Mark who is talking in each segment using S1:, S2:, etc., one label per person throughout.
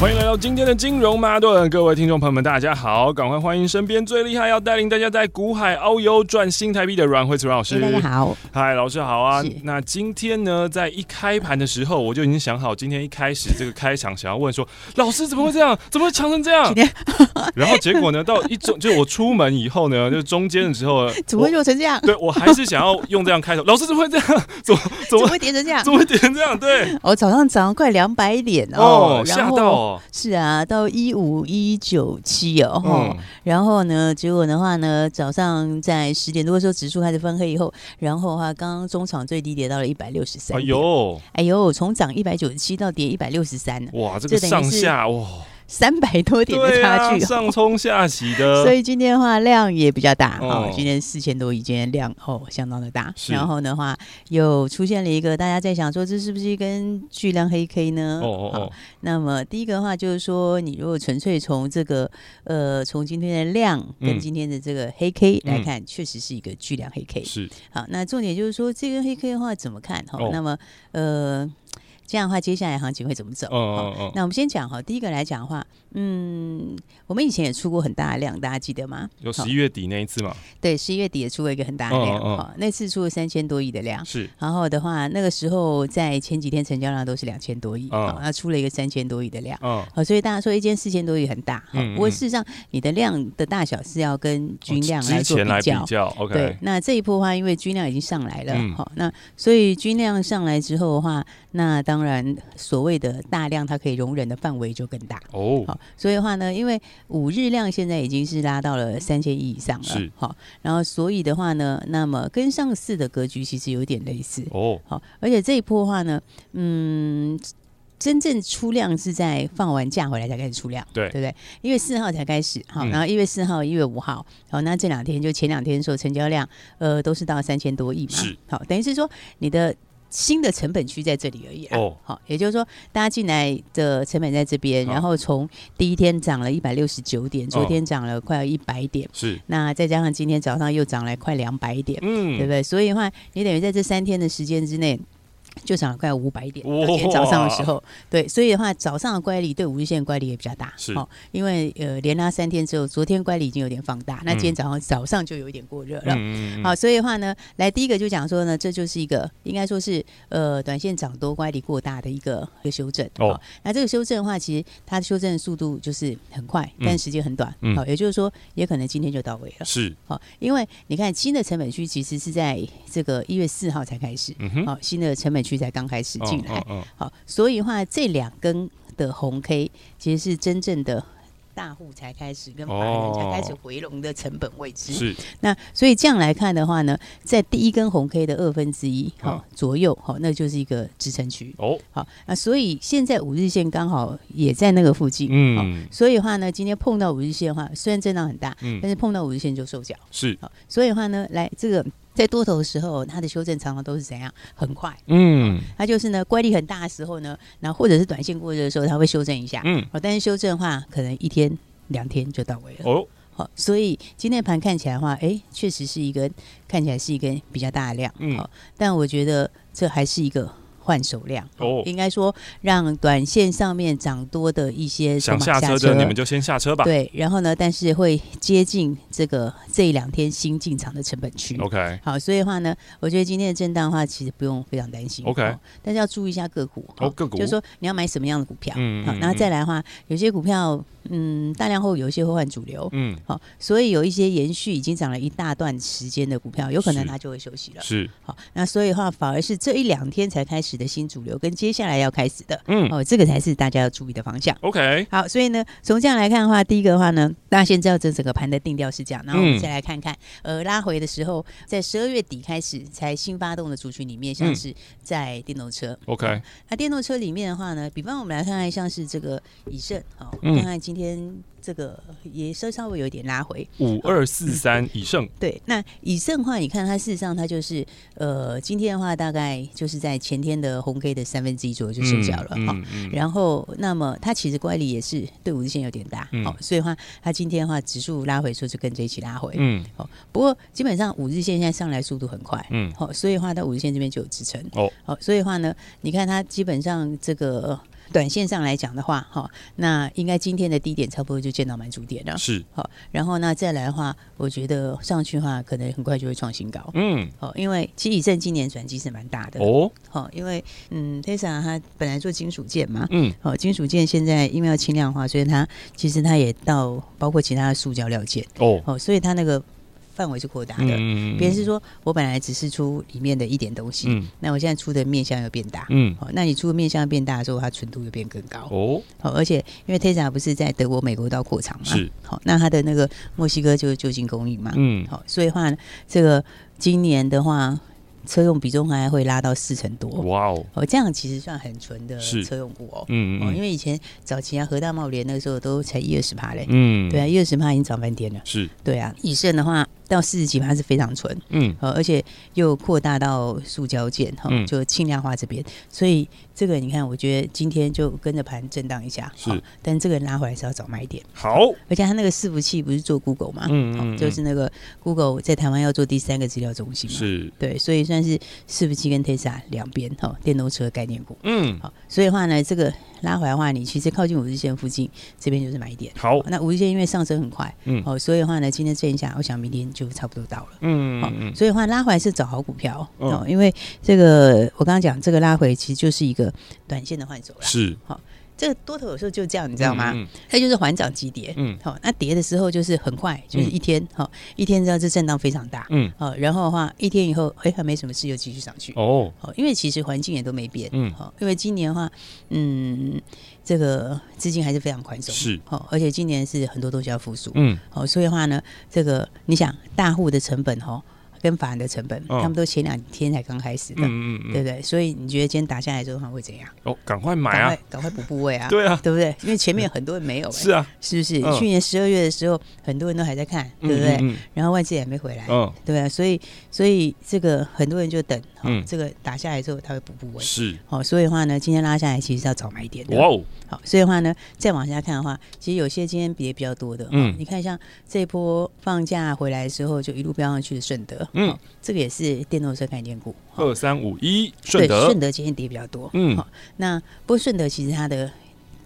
S1: 欢迎来到今天的金融马顿，各位听众朋友们，大家好！赶快欢迎身边最厉害，要带领大家在股海遨游赚新台币的阮慧慈阮老师。
S2: 大家好，
S1: 嗨，老师好啊
S2: 是！
S1: 那今天呢，在一开盘的时候，我就已经想好，今天一开始这个开场想要问说， 老师怎么会这样？怎么会强成这样
S2: 今？天
S1: 然后结果呢，到一中，就我出门以后呢，就中间的时候，
S2: 怎么会做成这样？
S1: 我对我还是想要用这样开头， 老师怎么会这样？怎么怎
S2: 怎么
S1: 么
S2: 会跌成这样
S1: 怎？么会点成这样？对，
S2: 我早上涨快两百点
S1: 哦
S2: 哦，，
S1: 吓
S2: 然
S1: 到
S2: 后
S1: 哦，
S2: 是啊，到一五一九七哦，
S1: 嗯
S2: 吼，然后呢，结果的话呢，早上在十点多的时候指数开始翻黑以后，然后的话，刚刚中场最低跌到了一百六十三，
S1: 哎，呦，
S2: 哎呦，从涨一百九十七到跌一百六十三呢，
S1: 哇，这个
S2: 这等
S1: 上
S2: 于是
S1: 下哇。
S2: 三百多点的
S1: 对
S2: 差
S1: 啊，
S2: 距哦。
S1: 上冲下洗的，
S2: 所以今天的话量也比较大
S1: 呃哦
S2: 哦，今天四千多亿，今天量哦相当的大。
S1: 是
S2: 然后的话又出现了一个大家在想说这是不是一根巨量黑 K 呢？
S1: 哦哦
S2: 好
S1: 哦，
S2: 那么第一个的话就是说，你如果纯粹从这个呃从今天的量
S1: 嗯
S2: 跟今天的这个黑 K 来看，确实是一个巨量黑 K。
S1: 是
S2: 好，那重点就是说这根黑 K 的话怎么看哈？
S1: 哦
S2: 那么呃这样的话，接下来行情会怎么走？
S1: 嗯嗯
S2: 好
S1: 嗯
S2: 那我们先讲哈，第一个来讲的话，嗯，我们以前也出过很大的量，大家记得吗？
S1: 有
S2: 好
S1: 十一月底那一次嘛？
S2: 对，十一月底也出了一个很大的量，
S1: 嗯嗯嗯
S2: 好那次出了三千多亿的量。
S1: 是
S2: 然后的话，那个时候在前几天成交量都是两千多亿，
S1: 嗯
S2: 好那出了一个三千多亿的量。
S1: 嗯，
S2: 好，所以大家说一哎间四千多亿很大，好
S1: 嗯嗯
S2: 不过
S1: 嗯
S2: 事实上你的量的大小是要跟均量来
S1: 哦之
S2: 做
S1: 前来
S2: 比较。
S1: 较
S2: 对
S1: ，OK，，
S2: 那这一波的话，因为均量已经上来了，
S1: 嗯
S2: 好、那所以均量上来之后的话，那当然所谓的大量，它可以容忍的范围就更大。
S1: 哦，
S2: 好，所以的话呢，因为五日量现在已经是拉到了三千亿以上了
S1: 是，
S2: 好，然后所以的话呢，那么跟上次的格局其实有点类似，
S1: 哦，
S2: 好，而且这一波的话呢，嗯，真正出量是在放完假回来才开始出量，
S1: 对
S2: 对不对？一月四号才开始，好，
S1: 嗯
S2: 然后一月四号、一月五号，好，那这两天就前两天的时候成交量，呃，都是到三千多亿嘛，
S1: 是，
S2: 好，等于是说你的。新的成本区在这里而已啊，
S1: 哦
S2: 好，也就是说，大家进来的成本在这边，
S1: 好
S2: 然后从第一天涨了一百六十九点，昨
S1: 哦
S2: 天涨了快要一百点，
S1: 是，
S2: 那再加上今天早上又涨了快两百点，对不
S1: 嗯，
S2: 对？所以的话，你等于在这三天的时间之内。就涨了快五百点，
S1: 哇
S2: 到今天早上的时候，对，所以的话，早上的乖离对五日线乖离也比较大，
S1: 是，
S2: 因为呃连拉三天之后，昨天乖离已经有点放大，那今天早上、早上就有一点过热了。
S1: 嗯嗯，嗯
S2: 好，，所以的话呢，来第一个就讲说呢，这就是一个应该说是呃短线涨多乖离过大的一个一个修正。
S1: 哦
S2: 好，那这个修正的话，其实它修正的速度就是很快，
S1: 嗯
S2: 但时间很短。好、
S1: 嗯
S2: 也就是说也可能今天就到位
S1: 嗯
S2: 了。
S1: 是，
S2: 好、因为你看新的成本区其实是在这个一月四号才开始，
S1: 嗯哼，
S2: 好、新的成本区才刚开始进来，好、
S1: 嗯，嗯
S2: 所以的话这两根的红 K 其实是真正的。大户才开始跟法人才开始
S1: 哦
S2: 回笼的成本位置，
S1: 嗯是，
S2: 那所以这样来看的话呢，在第一根红 K 的二分之一好、
S1: 嗯
S2: 左右好、那就是一个支撑区
S1: 哦，
S2: 好、那所以现在五日线刚好也在那个附近，好
S1: 嗯，
S2: 所以的话呢，今天碰到五日线的话，虽然震荡很大，但
S1: 嗯，
S2: 是碰到五日线就收脚。
S1: 是，
S2: 好，所以的话呢，来这个在多头的时候，它的修正常常都是怎样？很快，
S1: 嗯，
S2: 它就是呢，乖离很大的时候呢，然后或者是短线过热的时候，它会修正一下。
S1: 嗯，
S2: 好，但是修正的话，可能一天两天就到位了。
S1: 哦，
S2: 好，所以今天盘看起来的话，哎，确实是一根看起来是一根比较大的量，
S1: 嗯
S2: 好，但我觉得这还是一个。换手量
S1: 哦
S2: 应该说让短线上面涨多的一些
S1: 想
S2: 筹码
S1: 下车的你们就先下车吧。
S2: 对，然后呢，但是会接近这个这一两天新进场的成本区。
S1: ，OK，
S2: 好，所以的话呢，我觉得今天的震荡的话，其实不用非常担心。
S1: OK
S2: 哦但是要注意一下个股。
S1: 哦个股
S2: 就是说你要买什么样的股票。
S1: 嗯
S2: 好
S1: 嗯，
S2: 然后再来的话，有些股票嗯，大量后有一些会换主流，
S1: 嗯，
S2: 好、所以有一些延续已经涨了一大段时间的股票，有可能
S1: 是
S2: 它就会休息了。
S1: 是，
S2: 好，那所以的话，反而是这一两天才开始的新主流，跟接下来要开始的，
S1: 嗯
S2: 哦，这个才是大家要注意的方向。
S1: ，OK，
S2: 好，所以呢，从这样来看的话，第一个的话呢，大家先知道这整个盘的定调是这样，然后我
S1: 嗯
S2: 们再来看看，呃，拉回的时候，在十二月底开始才新发动的族群里面，像
S1: 嗯
S2: 是在电动车、
S1: OK
S2: 那电动车里面的话呢，比方我们来看看像是这个以盛，好、哦，
S1: 嗯
S2: 看看今天这个也稍稍微有一点拉回，
S1: 五二四三以上，
S2: 对，那以盛的话，你看它事实上它就是呃，今天的话大概就是在前天的红 K 的三分之一左右就收脚了哈、哦
S1: 嗯嗯
S2: 然后，那么它其实乖离也是对五日线有点大，
S1: 嗯
S2: 哦，所以的话它今天的话指数拉回，说就跟着一起拉回。
S1: 嗯
S2: 不过基本上五日线现在上来速度很快，
S1: 嗯
S2: 好、所以的话到五日线这边就有支撑。
S1: 哦，
S2: 好、所以的话呢，你看它基本上这个。呃短线上来讲的话，哈、那应该今天的低点差不多就见到满足点了
S1: 嗯，。是，
S2: 好，然后那再来的话，我觉得上去的话，可能很快就会创新高。
S1: 嗯，
S2: 哦，因为其实以正今年转机是蛮大的哦
S1: 哦，
S2: 因为嗯，Tesla 它本来做金属件嘛，
S1: 嗯
S2: 哦，金属件现在因为要轻量化，所以它其实它也到包括其他的塑胶料件，
S1: 哦，
S2: 哦，所以它那个范围是扩大的。
S1: 嗯
S2: 别人是说我本来只是出里面的一点东西，
S1: 嗯
S2: 那我现在出的面向又变大，
S1: 嗯，
S2: 哦，那你出的面向变大的时候，它纯度又变更高，
S1: 哦，
S2: 好、而且因为 Tesla 不是在德国、美国都要扩厂嘛，
S1: 是
S2: 好、那它的那个墨西哥就是就近供应嘛，好、
S1: 嗯，
S2: 所以话呢这个今年的话，车用比重还会拉到四成多，
S1: 哇哦，
S2: 哦，这样其实算很纯的
S1: 是
S2: 车用股哦，
S1: 嗯
S2: 哦，因
S1: 嗯
S2: 为以前早期啊，和大茂联那个时候都才一二十趴嘞，
S1: 嗯，
S2: 对啊，，一二十趴已经涨翻天了，
S1: 是，
S2: 对啊，以盛的话到四十几趴是非常纯，
S1: 嗯
S2: 呃，而且又扩大到塑胶件哈、
S1: 嗯
S2: 就轻量化这边，所以这个你看，我觉得今天就跟着盘震荡一下，
S1: 是
S2: 好但这个拉回来是要早买一点，
S1: 好，
S2: 而且它那个伺服器不是做 Google 嘛，
S1: 嗯
S2: 好
S1: 嗯，
S2: 就是那个 Google 在台湾要做第三个资料中心嘛，
S1: 是，
S2: 对，所以算是伺服器跟 Tesla 两边哈、电动车概念股，
S1: 嗯，
S2: 好，所以的话呢，这个拉回来的话，你其实靠近五日线附近这边就是买点。
S1: 好，
S2: 那五日线因为上升很快，
S1: 嗯
S2: 哦，所以的话呢，今天震一下，我想明天就差不多到了。
S1: 嗯
S2: 好
S1: 嗯，
S2: 所以的话拉回来是找好股票、
S1: 嗯
S2: 哦，因为这个我刚刚讲这个拉回其实就是一个短线的换手啦。
S1: 是，
S2: 这个多头有时候就这样，你知道吗？
S1: 嗯
S2: 它就是缓涨急跌，
S1: 嗯
S2: 好、那跌的时候就是很快，就是一天，好、一天之后这震荡非常大，
S1: 嗯，
S2: 好、然后的话一天以后，哎，还没什么事又继续上去。
S1: 哦，
S2: 哦，因为其实环境也都没变，
S1: 嗯
S2: 好，因为今年的话，嗯，这个资金还是非常宽松，
S1: 是，
S2: 好，而且今年是很多东西要复苏，
S1: 嗯
S2: 好，所以的话呢，这个你想大户的成本哈，跟法人的成本，
S1: 嗯
S2: 他们都前两天才刚开始的，
S1: 嗯嗯嗯，
S2: 对不对？所以你觉得今天打下来之后，他会怎样？
S1: 哦，赶快买
S2: 赶快
S1: 啊，
S2: 赶快补部位啊，
S1: 对啊，
S2: 对不对？因为前面很多人没有、欸，
S1: 是啊，
S2: 是不是？
S1: 嗯
S2: 去年十二月的时候，很多人都还在看，对不对？
S1: 嗯
S2: 然后外资也没回来，
S1: 嗯，
S2: 对啊，所以所以这个很多人就等，哦
S1: 嗯
S2: 这个打下来之后他会补部位。
S1: 是，
S2: 哦，所以的话呢，今天拉下来其实是要早买一点的
S1: 哇。哦，
S2: 好，所以的话呢，再往下看的话，其实有些今天跌比较多的，
S1: 嗯
S2: 嗯，你看像这一波放假回来之后就一路飙上去的顺德，
S1: 嗯
S2: 嗯、这个也是电动车概念股，哦
S1: 二三五一，顺
S2: 对，
S1: 德
S2: 顺，德今天跌比较多，
S1: 嗯
S2: 好那不过顺德其实它的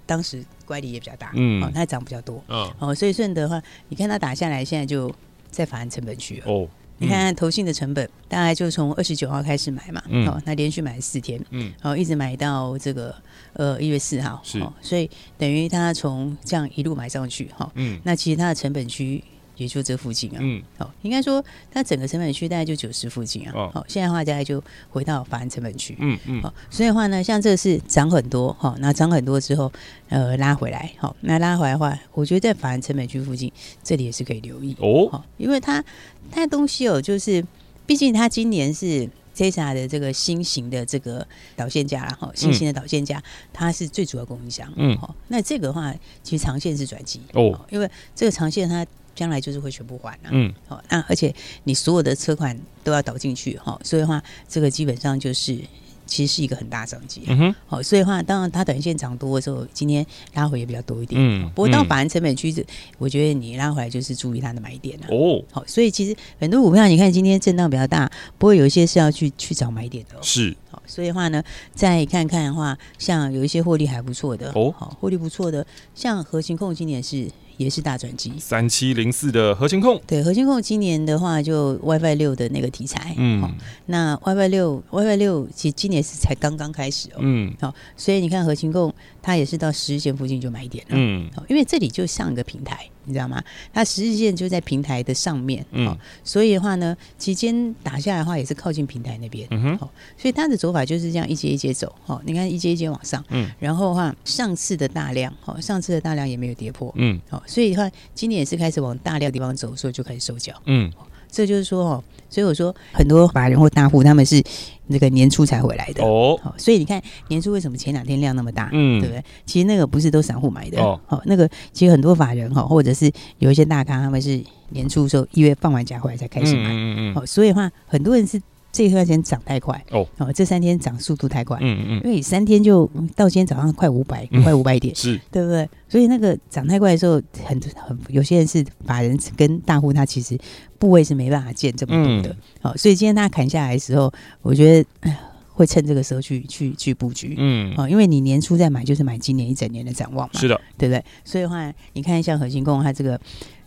S2: 当时乖离也比较大，
S1: 嗯
S2: 嗯，哦，它涨比较多，
S1: 嗯，
S2: 哦，所以顺德的话，你看它打下来，现在就在法人成本区了，
S1: 哦，
S2: 你看投信的成本，大概就从二十九号开始买嘛，
S1: 嗯
S2: 哦，那连续买了四天，
S1: 嗯，
S2: 哦，一直买到这个呃一月四号，
S1: 是
S2: 哦，所以等于它从这样一路买上去，哈、哦，
S1: 嗯
S2: 那其实它的成本区也就这附近啊，
S1: 嗯，
S2: 哦，应该说它整个成本区大概就九十附近啊，
S1: 哦
S2: 哦，现在的话大概就回到法人成本区，
S1: 嗯嗯，
S2: 好、所以的话呢，像这个是涨很多哈、那涨很多之后，呃，拉回来，好、那拉回来的话，我觉得在法人成本区附近，这里也是可以留意，
S1: 哦，
S2: 哦，因为它它的东西哦，就是毕竟它今年是 Tesla 的这个新型的这个导线架啦，哈、新型的导线架，它是最主要供应商，
S1: 嗯
S2: 哦，那这个的话，其实长线是转机，
S1: 哦，
S2: 因为这个长线它将来就是会全部还啊，
S1: 嗯，
S2: 哦，那而且你所有的车款都要导进去哈、哦，所以的话，这个基本上就是其实是一个很大商机。
S1: 嗯哼，
S2: 好、哦，所以的话，当然它短线涨多的时候，今天拉回也比较多一点。
S1: 嗯
S2: 不过到
S1: 嗯
S2: 法人成本区，我觉得你拉回来就是注意它的买点啊。
S1: 哦，
S2: 好、所以其实很多股票，你看今天震荡比较大，不过有一些是要去去找买点的、哦。
S1: 是，
S2: 好、所以的话呢，再看看的话，像有一些获利还不错的
S1: 哦
S2: 好获利不错的，像核心控今年是也是大转机。
S1: 三七零四的核情控，
S2: 对，核心控今年的话，就 WiFi 六的那个题材，哦
S1: 嗯
S2: 那 WiFi 六 WiFi 六其实今年是才刚刚开始哦，
S1: 嗯
S2: 所以你看核心控它也是到十日线附近就买一点了，
S1: 嗯
S2: 哦，因为这里就上一个平台，你知道吗？它十日线就在平台的上面，
S1: 嗯
S2: 哦，所以的话呢，期间打下来的话也是靠近平台那边，
S1: 嗯哼，
S2: 所以它的走法就是这样一阶一阶走，哦，你看一阶一阶往上，
S1: 嗯
S2: 然后的话上次的大量，哦，上次的大量也没有跌破，
S1: 嗯
S2: 哦，所以的话今年也是开始往大量地方走，所以就开始收脚。
S1: 嗯
S2: 这就是说哦，所以我说很多法人或大户他们是那个年初才回来的。哦
S1: 哦
S2: 所以你看年初为什么前两天量那么大，
S1: 嗯
S2: 对不对？其实那个不是都散户买的，
S1: 哦
S2: 哦那个其实很多法人哈、哦，或者是有一些大咖，他们是年初的时候一月放完假回来才开
S1: 嗯
S2: 始买，
S1: 嗯嗯嗯
S2: 哦，所以的话很多人是这段时间涨太快，
S1: 哦
S2: 这三天涨速度太快，
S1: 嗯嗯
S2: 因为三天就嗯到今天早上快五百、
S1: 嗯
S2: 快 五百点，
S1: 是
S2: 对不对？所以那个涨太快的时候，很很有些人是法人跟大户，他其实部位是没办法建这么多的。
S1: 嗯
S2: 好、所以今天他砍下来的时候，我觉得哎呀会趁这个时候去去去布局。
S1: 嗯
S2: 哦，因为你年初在买，就是买今年一整年的展望嘛，
S1: 是的
S2: 对不对？所以的话，你看像核心控，它这个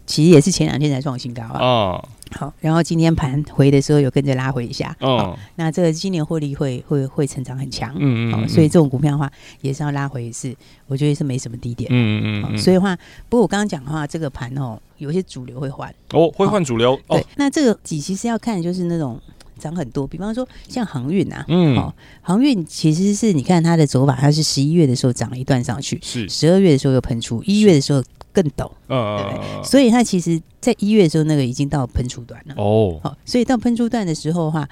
S2: 其实也是前两天才创新高啊。
S1: 啊
S2: 好，然后今天盘回的时候有跟着拉回一下。哦，
S1: 哦
S2: 那这个今年获利会会会成长很强。
S1: 嗯
S2: 哦，
S1: 嗯，
S2: 所以这种股票的话，也是要拉回一次，我觉得是没什么低点。
S1: 嗯嗯
S2: 哦
S1: 嗯，
S2: 所
S1: 以
S2: 以的话，不过我刚刚讲的话，这个盘哦，有些主流会换。
S1: 哦会换主流哦
S2: 对，那这个几其实要看的就是那种涨很多，比方说像航运啊，
S1: 嗯
S2: 航运其实是你看它的走法，它是十一月的时候涨了一段上去，
S1: 是
S2: 十二月的时候又喷出，一月的时候更陡，
S1: 呃
S2: 所以它其实在一月的时候那个已经到喷出段了。
S1: 哦
S2: 好、所以到喷出段的时候的话，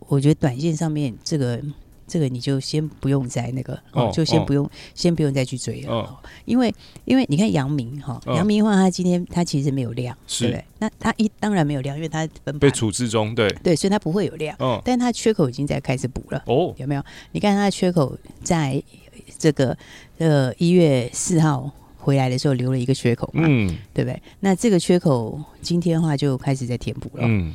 S2: 我觉得短线上面这个这个你就先不用再那个，哦
S1: 哦，
S2: 就先
S1: 哦
S2: 不用、先不用再去追了，
S1: 哦
S2: 哦、因为因为你看阳明哈，
S1: 嗯
S2: 阳、明的话，它今天它其实没有量，对不
S1: 是
S2: 对？那它一当然没有量，因为它分
S1: 被
S2: 盘，
S1: 处置中对
S2: 对，所以它不会有量，
S1: 嗯
S2: 但它缺口已经在开始补了，
S1: 哦
S2: 有没有？你看它的缺口在这个呃一月四号。回来的时候留了一个缺口嘛，
S1: 嗯
S2: 对不对？那这个缺口今天的话就开始在填补了。
S1: 嗯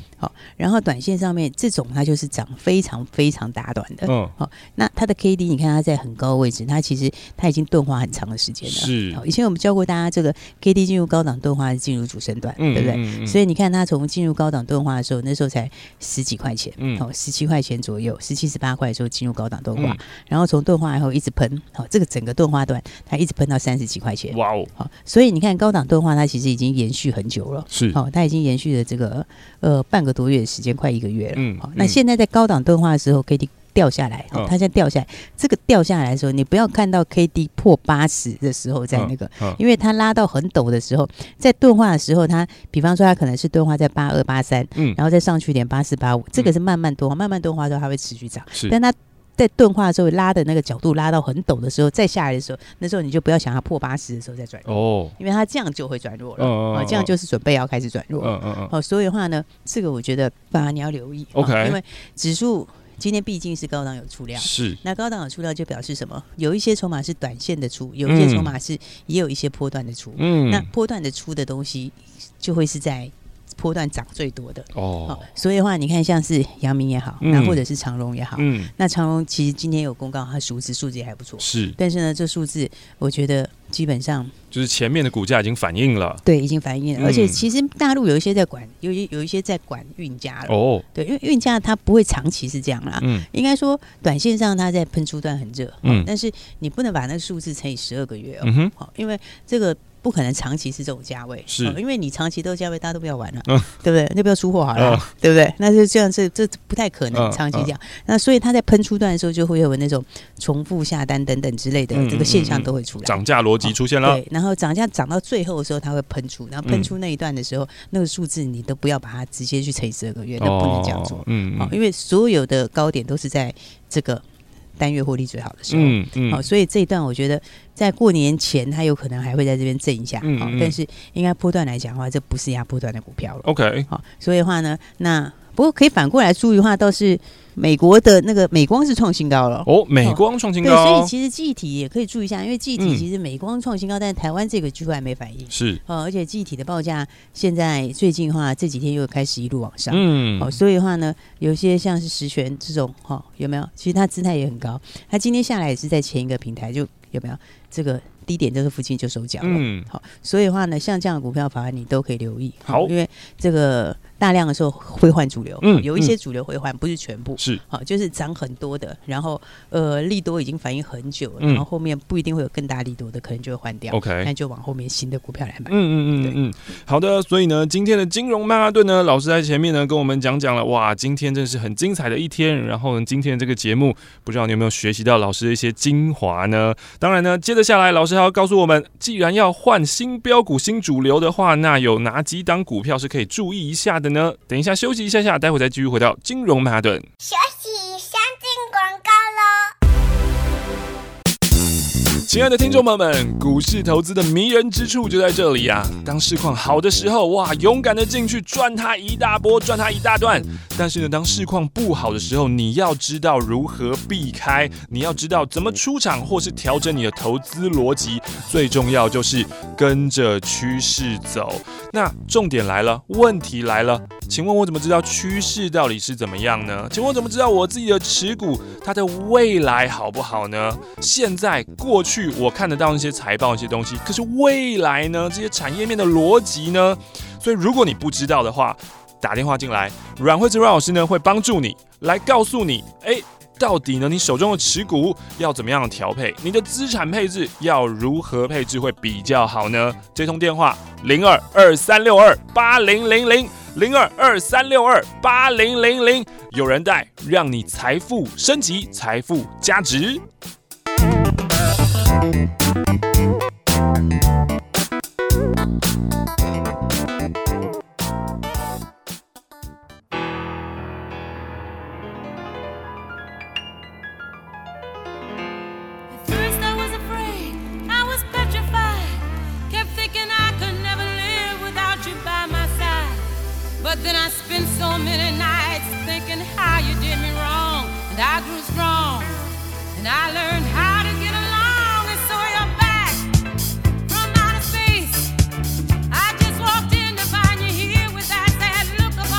S2: 然后短线上面这种它就是涨非常非常打短的。
S1: 嗯
S2: 那它的 K D 你看它在很高的位置，它其实它已经钝化很长的时间了。哦
S1: 是
S2: 好，以前我们教过大家，这个 K D 进入高档钝化是进入主升段，
S1: 嗯
S2: 对不对？
S1: 对
S2: 所
S1: 以
S2: 以你看它从进入高档钝化的时候，那时候才十几块钱，
S1: 嗯
S2: 哦，十七块钱左右，十七十八块的时候进入高档钝化，
S1: 嗯
S2: 然后从钝化以后一直喷，好、这个整个钝化段它一直喷到三十几块钱，
S1: 哇哦
S2: 好、所以你看高档钝化它其实已经延续很久了。
S1: 是
S2: 好、它已经延续了这个呃半个多月的时间，快一个月了。
S1: 嗯
S2: 好、
S1: 嗯
S2: 那现在在高档钝化的时候，K D 掉下来，好、
S1: 嗯
S2: 它现在掉下来，这个掉下来的时候，你不要看到 K D 破八十的时候在那个。
S1: 嗯
S2: 因为它拉到很陡的时候，在钝化的时候，它比方说它可能是钝化在八二八三，
S1: 嗯
S2: 然后再上去一点八四八五，这个是慢慢钝化，慢慢钝化之后它会持续涨，
S1: 是
S2: 但它在钝化的时候拉的那个角度拉到很陡的时候，再下来的时候，那时候你就不要想它破八十的时候再转弱，
S1: 哦
S2: 因为它这样就会转弱了，
S1: 嗯嗯
S2: 啊，这样就是准备要开始转弱了。
S1: 嗯嗯嗯
S2: 哦，所以的话呢，这个我觉得反而你要留意
S1: OK
S2: 哦因为指数今天毕竟是高档有出量。
S1: 是
S2: 那高档有出量就表示什么？有一些筹码是短线的出，有一些筹码是也有一些波段的出。
S1: 嗯
S2: 那波段的出的东西就会是在波段涨最多的。
S1: 哦
S2: 哦，所以的话，你看像是阳明也好，
S1: 嗯
S2: 那、或者是长荣也好，
S1: 嗯
S2: 那长荣其实今天有公告，它数字数字也还不错。
S1: 是
S2: 但是呢，这数字我觉得基本上
S1: 就是前面的股价已经反应了
S2: 对，已经反映
S1: 嗯
S2: 了。而且其实大陆有一些在管，有一有一些在管运价了。
S1: 哦
S2: 对，因为运价它不会长期是这样啦。
S1: 嗯
S2: 应该说，短线上它在喷出段很热，哦
S1: 嗯
S2: 但是你不能把那个数字乘以十二个月哦，
S1: 嗯哼
S2: 哦因为这个不可能长期是这种价位，
S1: 是
S2: 哦因为你长期都价位，大家都不要玩了，
S1: 嗯
S2: 对不对？那不要出货好了，
S1: 嗯
S2: 对不对？那就这样，这这不太可
S1: 嗯
S2: 能长期这样。那所以它在喷出段的时候，就会有那种重复下单等等之类的
S1: 嗯
S2: 这个哦现
S1: 嗯
S2: 象
S1: 嗯
S2: 都会出来。
S1: 涨价逻辑出现了
S2: 对，然后涨价涨到最后的时候，它会喷出，然后
S1: 嗯
S2: 喷出那一段的时候，那个数字你都不要把它直接去乘以十二个月，那不能这样做。
S1: 哦嗯
S2: 好、因为所有的高点都是在这个单月获利最好的时候。哦
S1: 嗯嗯
S2: 好、所以这一段我觉得在过年前，它有可能还会在这边震一下，好、哦
S1: 嗯嗯
S2: 但是应该波段来讲的话，这不是压波段的股票了。
S1: OK
S2: 好、所以的话呢，那不过可以反过来注意的话，倒是美国的那个美光是创新高了哦。
S1: 哦，美光创新
S2: 对，所
S1: 高
S2: 以，其实记忆体也可以注意一下，因为记忆
S1: 嗯
S2: 体其实美光创新高，但是台湾这个居然没反应。
S1: 是，
S2: 哦，而且记忆体的报价现在最近的话，这几天又开始一路往上。
S1: 嗯，
S2: 哦，所以的话呢，有些像是石泉这种，哈、哦，有没有？其实它姿态也很高，它今天下来也是在前一个平台，就有没有这个低点这个附近就收脚了。
S1: 嗯，
S2: 好，所以的话呢，像这样的股票法案你都可以留意。
S1: 好
S2: 因为这个大量的时候会换主流，
S1: 嗯
S2: 有一些主流会换，不是全部。
S1: 是，
S2: 好，就是涨很多的，然后呃利多已经反应很久了，
S1: 嗯
S2: 然后后面不一定会有更大利多的，可能就会换掉。
S1: OK
S2: 那就往后面新的股票来买。
S1: 嗯嗯嗯嗯，好的。所以呢，今天的金融曼哈顿呢，老师在前面呢跟我们讲讲了，哇，今天真是很精彩的一天。然后呢，今天这个节目，不知道你有没有学习到老师的一些精华呢？当然呢，接着下来，老师还要告诉我们，既然要换新标股、新主流的话，那有哪几档股票是可以注意一下的呢？等一下休息一下下，待会再继续回到金融曼哈顿。
S3: 一起相进广告喽。
S1: 亲爱的听众朋友们，股市投资的迷人之处就在这里啊！当市况好的时候，哇，勇敢的进去赚它一大波，赚它一大段。但是呢，当市况不好的时候，你要知道如何避开，你要知道怎么出场，或是调整你的投资逻辑。最重要就是跟着趋势走。那重点来了，问题来了，请问我怎么知道趋势到底是怎么样呢？请问我怎么知道我自己的持股它的未来好不好呢？现在过去我看得到那些财报一些东西，可是未来呢？这些产业面的逻辑呢？所以如果你不知道的话，打电话进来，阮慧芝阮老师呢会帮助你来告诉你，哎、到底呢你手中的持股要怎么样调配？你的资产配置要如何配置会比较好呢？这通电话零二二三六二八零零零零二二三六二八零零零，有人带，让你财富升级，财富加值。
S4: At first I was afraid, I was petrified. Kept thinking I could never live without you by my side. But then I spent so many nights thinking how you did me wrong. And I grew strong. And I learned how to get along. And so here Oh, Oh, Oh, oh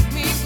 S4: Oh, Oh, Oh. Oh,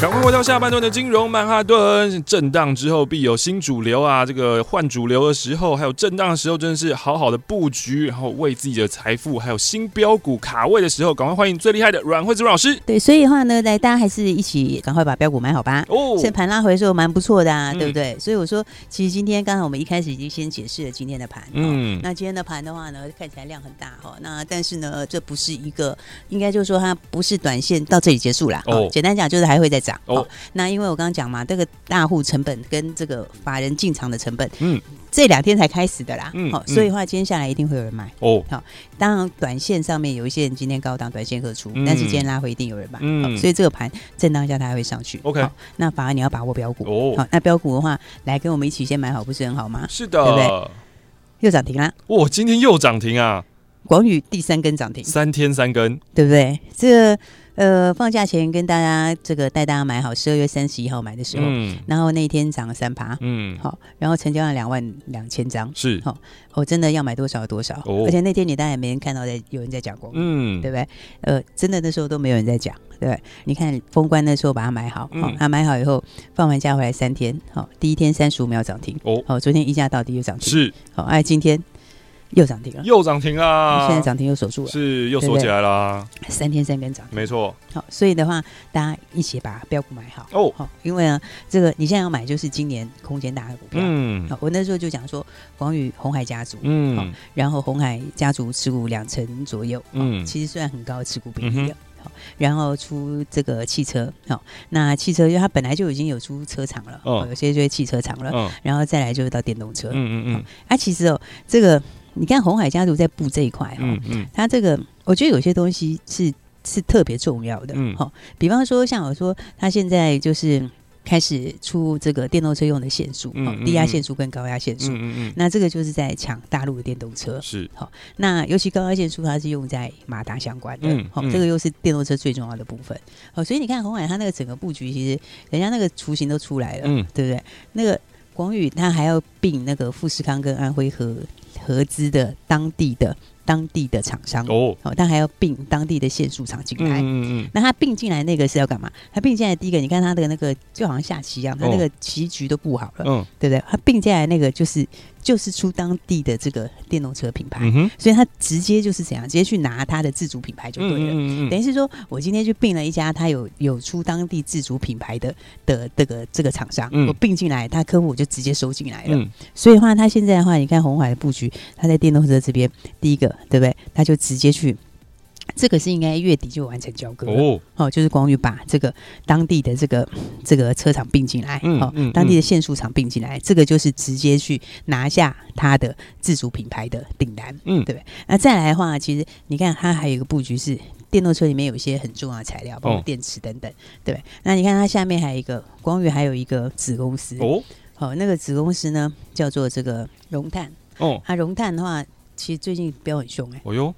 S1: 赶快回到下半段的金融曼哈顿，震荡之后必有新主流啊！这个换主流的时候，还有震荡的时候，真的是好好的布局，然后为自己的财富还有新标股卡位的时候，赶快欢迎最厉害的阮慧芝阮老师
S2: 对，所以的话呢，来大家还是一起赶快把标股买好吧。
S1: 哦。
S2: 现在盘拉回的时候蛮不错的啊，对
S1: 嗯
S2: 不对？所以我说，其实今天刚才我们一开始已经先解释了今天的盘，嗯。
S1: 嗯，
S2: 那今天的盘的话呢，看起来量很大哈、哦，那但是呢，这不是一个，应该就是说它不是短线到这里结束啦。
S1: 哦
S2: 哦，简单讲就是还会再涨。
S1: 哦
S2: 哦，那因为我刚刚讲嘛，这个大户成本跟这个法人进场的成本，
S1: 嗯
S2: 嗯，这两天才开始的啦。
S1: 嗯
S2: 嗯，好、
S1: 嗯
S2: 所以的话今天下来一定会有人买。
S1: 哦，
S2: 当然，短线上面有一些人今天高档短线客出，
S1: 嗯
S2: 但是今天拉回一定有人买，
S1: 嗯
S2: 好所以这个盘震荡一下它还会上去。
S1: OK
S2: 好那反而你要把握标股。
S1: 哦
S2: 好，那标股的话，来跟我们一起先买好，不是很好吗？
S1: 是的，
S2: 对不又涨停啦，
S1: 哇，今天又涨停啊，
S2: 广宇第三根涨停，
S1: 三天三根，
S2: 对不对？这个呃，放假前跟大家这个带大家买好，十二月三十一号买的时候，
S1: 嗯
S2: 然后那一天涨了三趴，
S1: 嗯，
S2: 好，然后成交量两万两千张，
S1: 是，
S2: 我、真的要买多少有多少，
S1: 哦
S2: 而且那天你当然也没人看到在有人在讲过。
S1: 嗯
S2: 对不对？呃，真的那时候都没有人在讲，对不对你看封关那时候把它买好，好、
S1: 嗯
S2: 它买好以后放完假回来三天，好、第一天三十五秒涨停，
S1: 哦
S2: 好、昨天一价到底又涨停，
S1: 是，
S2: 好、哎，今天又涨停了，
S1: 又涨停啦，
S2: 现在涨停又守住了，
S1: 是又
S2: 对
S1: 锁
S2: 不
S1: 起
S2: 对
S1: 来啦，
S2: 三天三根涨停，
S1: 没错，
S2: 好、所以的话，大家一起把标股买好，
S1: 哦，
S2: 好、因为呢，这个你现在要买就是今年空间大的股票，好、
S1: 嗯
S2: 我那时候就讲说，广宇红海家族，
S1: 嗯
S2: 好然后红海家族持股两成左右，
S1: 嗯
S2: 嗯，其实虽然很高的持股比
S1: 嗯哼
S2: 例了。好，然后出这个汽车，好、那汽车因为它本来就已经有出车厂了，
S1: 哦
S2: 哦，有些就是汽车厂了，
S1: 嗯
S2: 然后再来就是到电动车。
S1: 嗯嗯
S2: 啊，其实哦，这个你看红海家族在布这一块，哈、
S1: 嗯嗯
S2: 它这个我觉得有些东西是是特别重要的，
S1: 嗯
S2: 嗯，好，比方说像我说，它现在就是开始出这个电动车用的限速，
S1: 嗯
S2: 哦
S1: 嗯
S2: 低压
S1: 嗯
S2: 限速跟高压限速，
S1: 嗯嗯
S2: 那这个就是在抢大陆的电动车
S1: 嗯，。是，
S2: 那尤其高压线束，它是用在马达相关的，
S1: 嗯
S2: 好、
S1: 嗯
S2: 这个又是电动车最重要的部分。好、所以你看红海它那个整个布局，其实人家那个雏形都出来了，
S1: 嗯
S2: 对不对？那个广宇它还要并那个富士康跟安徽合合资的当地的当地的厂商，哦，
S1: 哦，
S2: 它还要并当地的线束厂进来。
S1: 嗯嗯
S2: 那它并进来那个是要干嘛？它并进来第一个，你看它的那个就好像下棋一样，它那
S1: 哦
S2: 个棋局都布好了，
S1: 嗯
S2: 对不对？它并进来那个就是就是出当地的这个电动车品牌，
S1: 嗯哼，
S2: 所以他直接就是怎样，直接去拿他的自主品牌就对了。
S1: 嗯
S2: 等于是说，我今天去并了一家他有有出当地自主品牌的的这个这个厂商，
S1: 嗯
S2: 我并进来，他客户我就直接收进来了。
S1: 嗯
S2: 所以的话，他现在的话，你看红海的布局，他在电动车这边，第一个对不对？他就直接去，这个是应该月底就完成交割了
S1: 哦，
S2: 哦，就是光宇把这个当地的这个这个车厂并进来，
S1: 嗯
S2: 哦
S1: 嗯，
S2: 当地的限速厂并进来，这个就是直接去拿下它的自主品牌的订单，
S1: 嗯
S2: 对不对？那再来的话，其实你看它还有一个布局是电动车里面有一些很重要的材料，包括
S1: 哦
S2: 电池等等，对不对？那你看它下面还有一个光宇，还有一个子公司，哦
S1: 哦
S2: 那个子公司呢叫做这个荣碳，
S1: 哦，
S2: 它荣碳的话，其实最近飙很凶哎、
S1: 哦哟，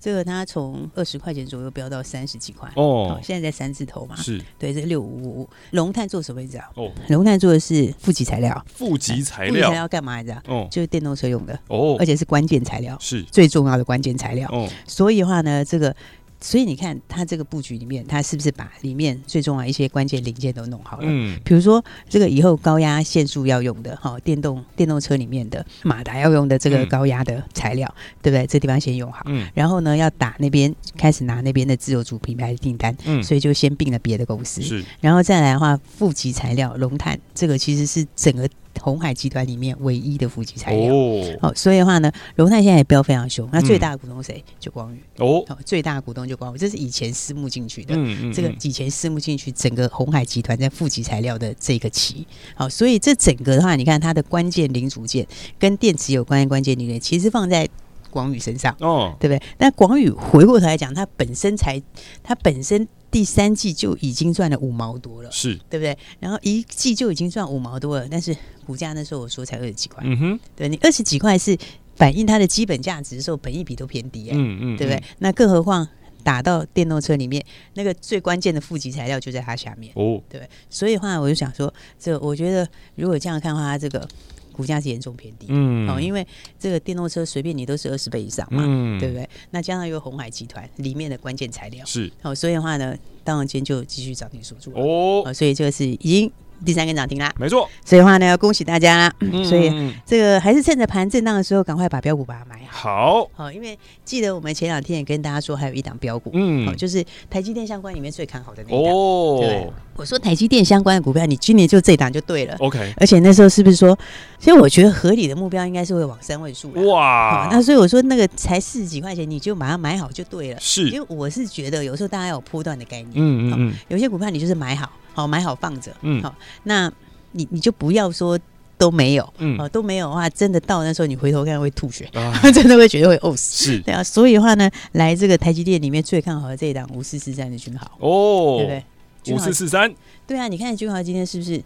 S2: 这个它从二十块钱左右飙到三十几块。哦
S1: 哦，
S2: 现在在三字头嘛，
S1: 是
S2: 对，这六五五五。龙炭做什么？你知道？
S1: 哦，
S2: 龙炭做的是负极材料，
S1: 负极材
S2: 负极材
S1: 料，
S2: 料干嘛？你知道？
S1: 哦
S2: 就是电动车用的，
S1: 哦
S2: 而，且是关键材料，
S1: 是，
S2: 最重要的关键材料。
S1: 哦
S2: 所以的话呢，这个。所以你看，它这个布局里面，它是不是把里面最重要的一些关键零件都弄好了？
S1: 嗯
S2: 比如说这个以后高压线束要用的哈、电动电动车里面的马达要用的这个
S1: 嗯
S2: 高压的材料，对不对？这地方先用好，
S1: 嗯
S2: 然后呢，要打那边开始拿那边的自有主品牌的订单，
S1: 嗯，
S2: 所以就先并了别的公司。
S1: 是
S2: 然后再来的话，负极材料龙炭这个其实是整个红海集团里面唯一的负极材料。
S1: 哦
S2: 哦，所以的话呢，龙炭现在也飙非常凶。那
S1: 嗯
S2: 最大的股东谁？就光宇。
S1: 哦，
S2: 哦，最大的股东就光宇，这是以前私募进去的。
S1: 嗯嗯，
S2: 这个以前私募进去整个红海集团在负极材料的这个期，好、所以这整个的话，你看它的关键零组件跟电池有关的关键零件，其实放在广宇身上，
S1: 哦，
S2: 对不对？那广宇回过头来讲，它本身才，它本身第三季就已经赚了五毛多了，
S1: 是，
S2: 对不对？然后一季就已经赚五毛多了，但是股价那时候我说才二十几块，
S1: 嗯哼，
S2: 对你二十几块是反映它的基本价值的时候，本益比都偏低、欸，
S1: 嗯嗯，
S2: 对不对？？那更何况打到电动车里面，那个最关键的负极材料就在它下面，
S1: 哦，
S2: 对不对？所以的话，我就想说，这我觉得如果这样看的话，它这个股价是严重偏低。
S1: 嗯
S2: 哦，因为这个电动车随便你都是二十倍以上嘛，
S1: 嗯
S2: 对不对？那加上又红海集团里面的关键材料，
S1: 是
S2: 哦，所以的话呢，当然今天就继续涨停锁住了。哦
S1: 哦，
S2: 所以这个是已经第三根涨停啦，
S1: 没错，
S2: 所以的话呢，要恭喜大家啦。嗯所以
S1: 嗯
S2: 这个还是趁着盘震荡的时候，赶快把标股把它买好。
S1: 好，
S2: 好，因为记得我们前两天也跟大家说，还有一档标股，
S1: 嗯
S2: 哦，就是台积电相关里面最看好的那一档。对不对
S1: 哦，
S2: 我说台积电相关的股票，你今年就这档就对了。
S1: ，OK，
S2: 而且那时候是不是说，其实我觉得合理的目标应该是会往三位数啦
S1: 哇
S2: 好，那所以我说那个才四十几块钱，你就把它买好就对了。
S1: 是
S2: 因为我是觉得有时候大家有波段的概念，
S1: 嗯嗯嗯，
S2: 有些股票你就是买好，好买好放着，
S1: 嗯
S2: 好，那你你就不要说都没有，
S1: 嗯
S2: 哦都没有的话，真的到那时候你回头看会吐血，
S1: 啊
S2: 真的会觉得会呕死。
S1: 是
S2: 对啊，所以的话呢，来这个台积电里面最看好的这一档五四四三的君豪，
S1: 哦，
S2: 对不对？君
S1: 五
S2: 豪
S1: 四四三，
S2: 对啊，你看君豪今天是不是？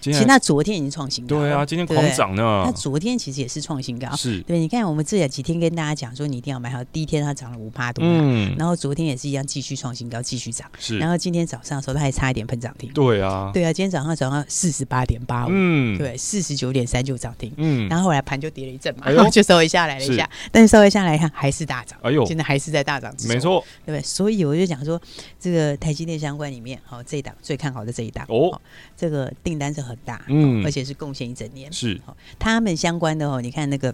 S1: 今
S2: 其
S1: 天
S2: 实
S1: 还
S2: 他昨天已经创新高了，
S1: 对啊，今天
S2: 对
S1: 狂
S2: 不对，
S1: 涨呢
S2: 他，昨天其实也是创新高，
S1: 是，
S2: 对，你看我们这几天跟大家讲说，你一定要买好。第一天它涨了五趴多，
S1: 嗯，
S2: 然后昨天也是一样继续创新高，继续涨。
S1: 是
S2: 然，后今天早上的时候，它还差一点喷涨停。
S1: 对啊，
S2: 对啊，今天早上早上四十八点八五，
S1: 嗯，，
S2: 对，四十九点三就涨停。
S1: 嗯，
S2: 然后后来盘就跌了一阵嘛，
S1: 哎呦
S2: 然后 就稍微下来了一下，但是稍微下来看还是大涨，
S1: 哎呦，
S2: 现在还是在大涨之中，
S1: 没，错，
S2: 对不对？所以我就讲说，这个台积电相关里面，哦好、这一档最看好的这一档，
S1: 哦
S2: 好，这个订单是很大，
S1: 嗯
S2: 而且是贡献一整年，
S1: 是，
S2: 他们相关的哦，你看那个。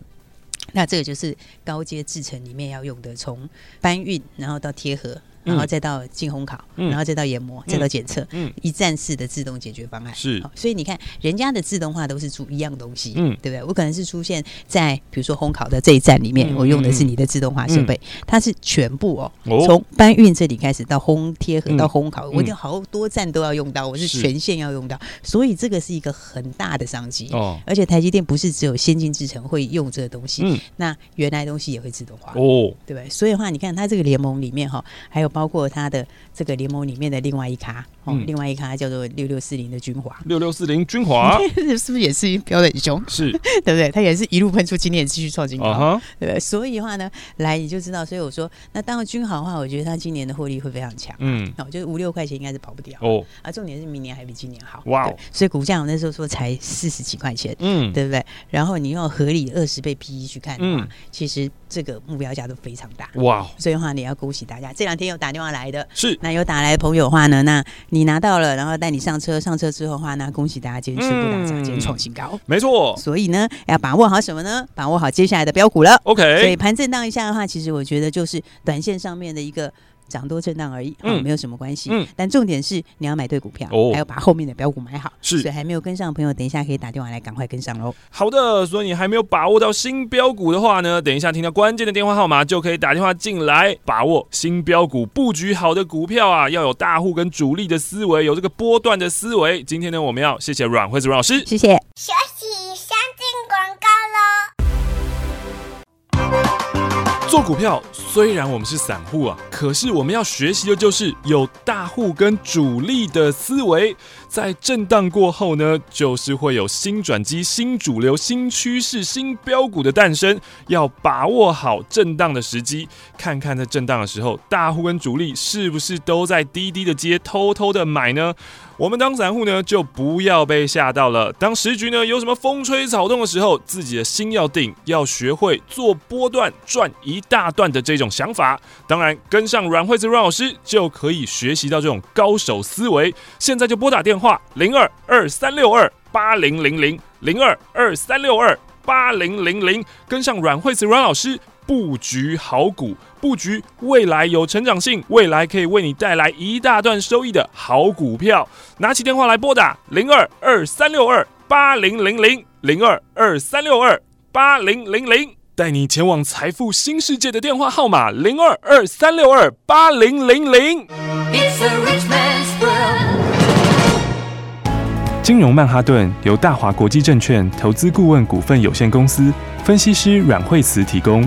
S2: 那这个就是高阶制程里面要用的，从搬运，然后到贴合，然后再到进烘烤，
S1: 嗯
S2: 然后再到研磨，
S1: 嗯
S2: 再到检测，
S1: 嗯
S2: 一站式的自动解决方案。
S1: 是
S2: 好所以你看人家的自动化都是出一样东西，
S1: 嗯
S2: 对不对？我可能是出现在比如说烘烤的这一站里面，
S1: 嗯
S2: 我用的是你的自动化设备，它是全部哦，
S1: 哦
S2: 从搬运这里开始到烘贴合
S1: 嗯
S2: 到烘烤，我
S1: 嗯
S2: 有好多站都要用到，我是
S1: 是
S2: 全线要用到，所以这个是一个很大的商机。
S1: 哦，
S2: 而且台积电不是只有先进制程会用这个东西，
S1: 嗯
S2: 那原来东西也会自动化，
S1: 哦，
S2: 对不对？所以的话，你看它这个联盟里面哈，还有包括它的这个联盟里面的另外一咖，哦，
S1: 嗯
S2: 另外一咖叫做六六四零的军华。
S1: 六六四零军华
S2: 是不是也是飙的很凶，
S1: 是
S2: 对不对？它也是一路喷出，今天也继续创新高
S1: 啊哈，
S2: 对不对？所以的话呢，来你就知道。所以我说，那当然军豪的话，我觉得它今年的获利会非常强。
S1: 嗯，
S2: 那我觉得五六块钱应该是跑不掉
S1: 哦，
S2: 啊。重点是明年还比今年好。
S1: 哇哦
S2: 对所以股价我那时候说才四十几块钱，
S1: 嗯，
S2: 对不对？然后你用合理二十倍 PE 去看的话，
S1: 嗯
S2: 其实这个目标价都非常大。
S1: 哇哦，
S2: 所以的话，你要恭喜大家，这两天有打电话来的。
S1: 是，
S2: 那有打来的朋友的话呢，那你拿到了，然后带你上车，上车之后的话呢，恭喜大家今天宣布大涨，
S1: 嗯
S2: 今天创新高。
S1: 没错
S2: 所以呢，要把握好什么呢？把握好接下来的标股了。所以
S1: ，OK，
S2: 盘震荡一下的话，其实我觉得就是短线上面的一个涨多震荡而已，
S1: 嗯
S2: 嗯，没有什么关系。
S1: 嗯
S2: 但重点是你要买对股票，
S1: 哦
S2: 还要把后面的标股买好。
S1: 是
S2: 所以还没有跟上的朋友，等一下可以打电话来，赶快跟上喽。
S1: 好的，所以你还没有把握到新标股的话呢，等一下听到关键的电话号码就可以打电话进来，把握新标股布局好的股票啊，要有大户跟主力的思维，有这个波段的思维。今天呢，我们要谢谢阮惠子阮老师。
S2: 谢谢。
S3: 学习先进广告喽。
S1: 做股票虽然我们是散户啊，可是我们要学习的就是有大户跟主力的思维，在震荡过后呢，就是会有新转机、新主流、新趋势、新标股的诞生。要把握好震荡的时机，看看在震荡的时候，大户跟主力是不是都在低低的接，偷偷的买呢？我们当散户呢，就不要被吓到了。当时局呢有什么风吹草动的时候，自己的心要定，要学会做波段赚一大段的这种想法。当然，跟上阮惠子阮老师就可以学习到这种高手思维。现在就拨打电话零二二三六二八零零零零二二三六二八零零零，跟上阮惠子阮老师。布局好股，布局未来有成长性，未来可以为你带来一大段收益的好股票。拿起电话来拨打零二二三六二八零零零零二二三六二八零零零，带你前往财富新世界的电话号码零二二三六二八零零零。
S4: It's a rich man's world.
S5: 金融曼哈顿由大华国际证券投资顾问股份有限公司分析师阮惠慈提供。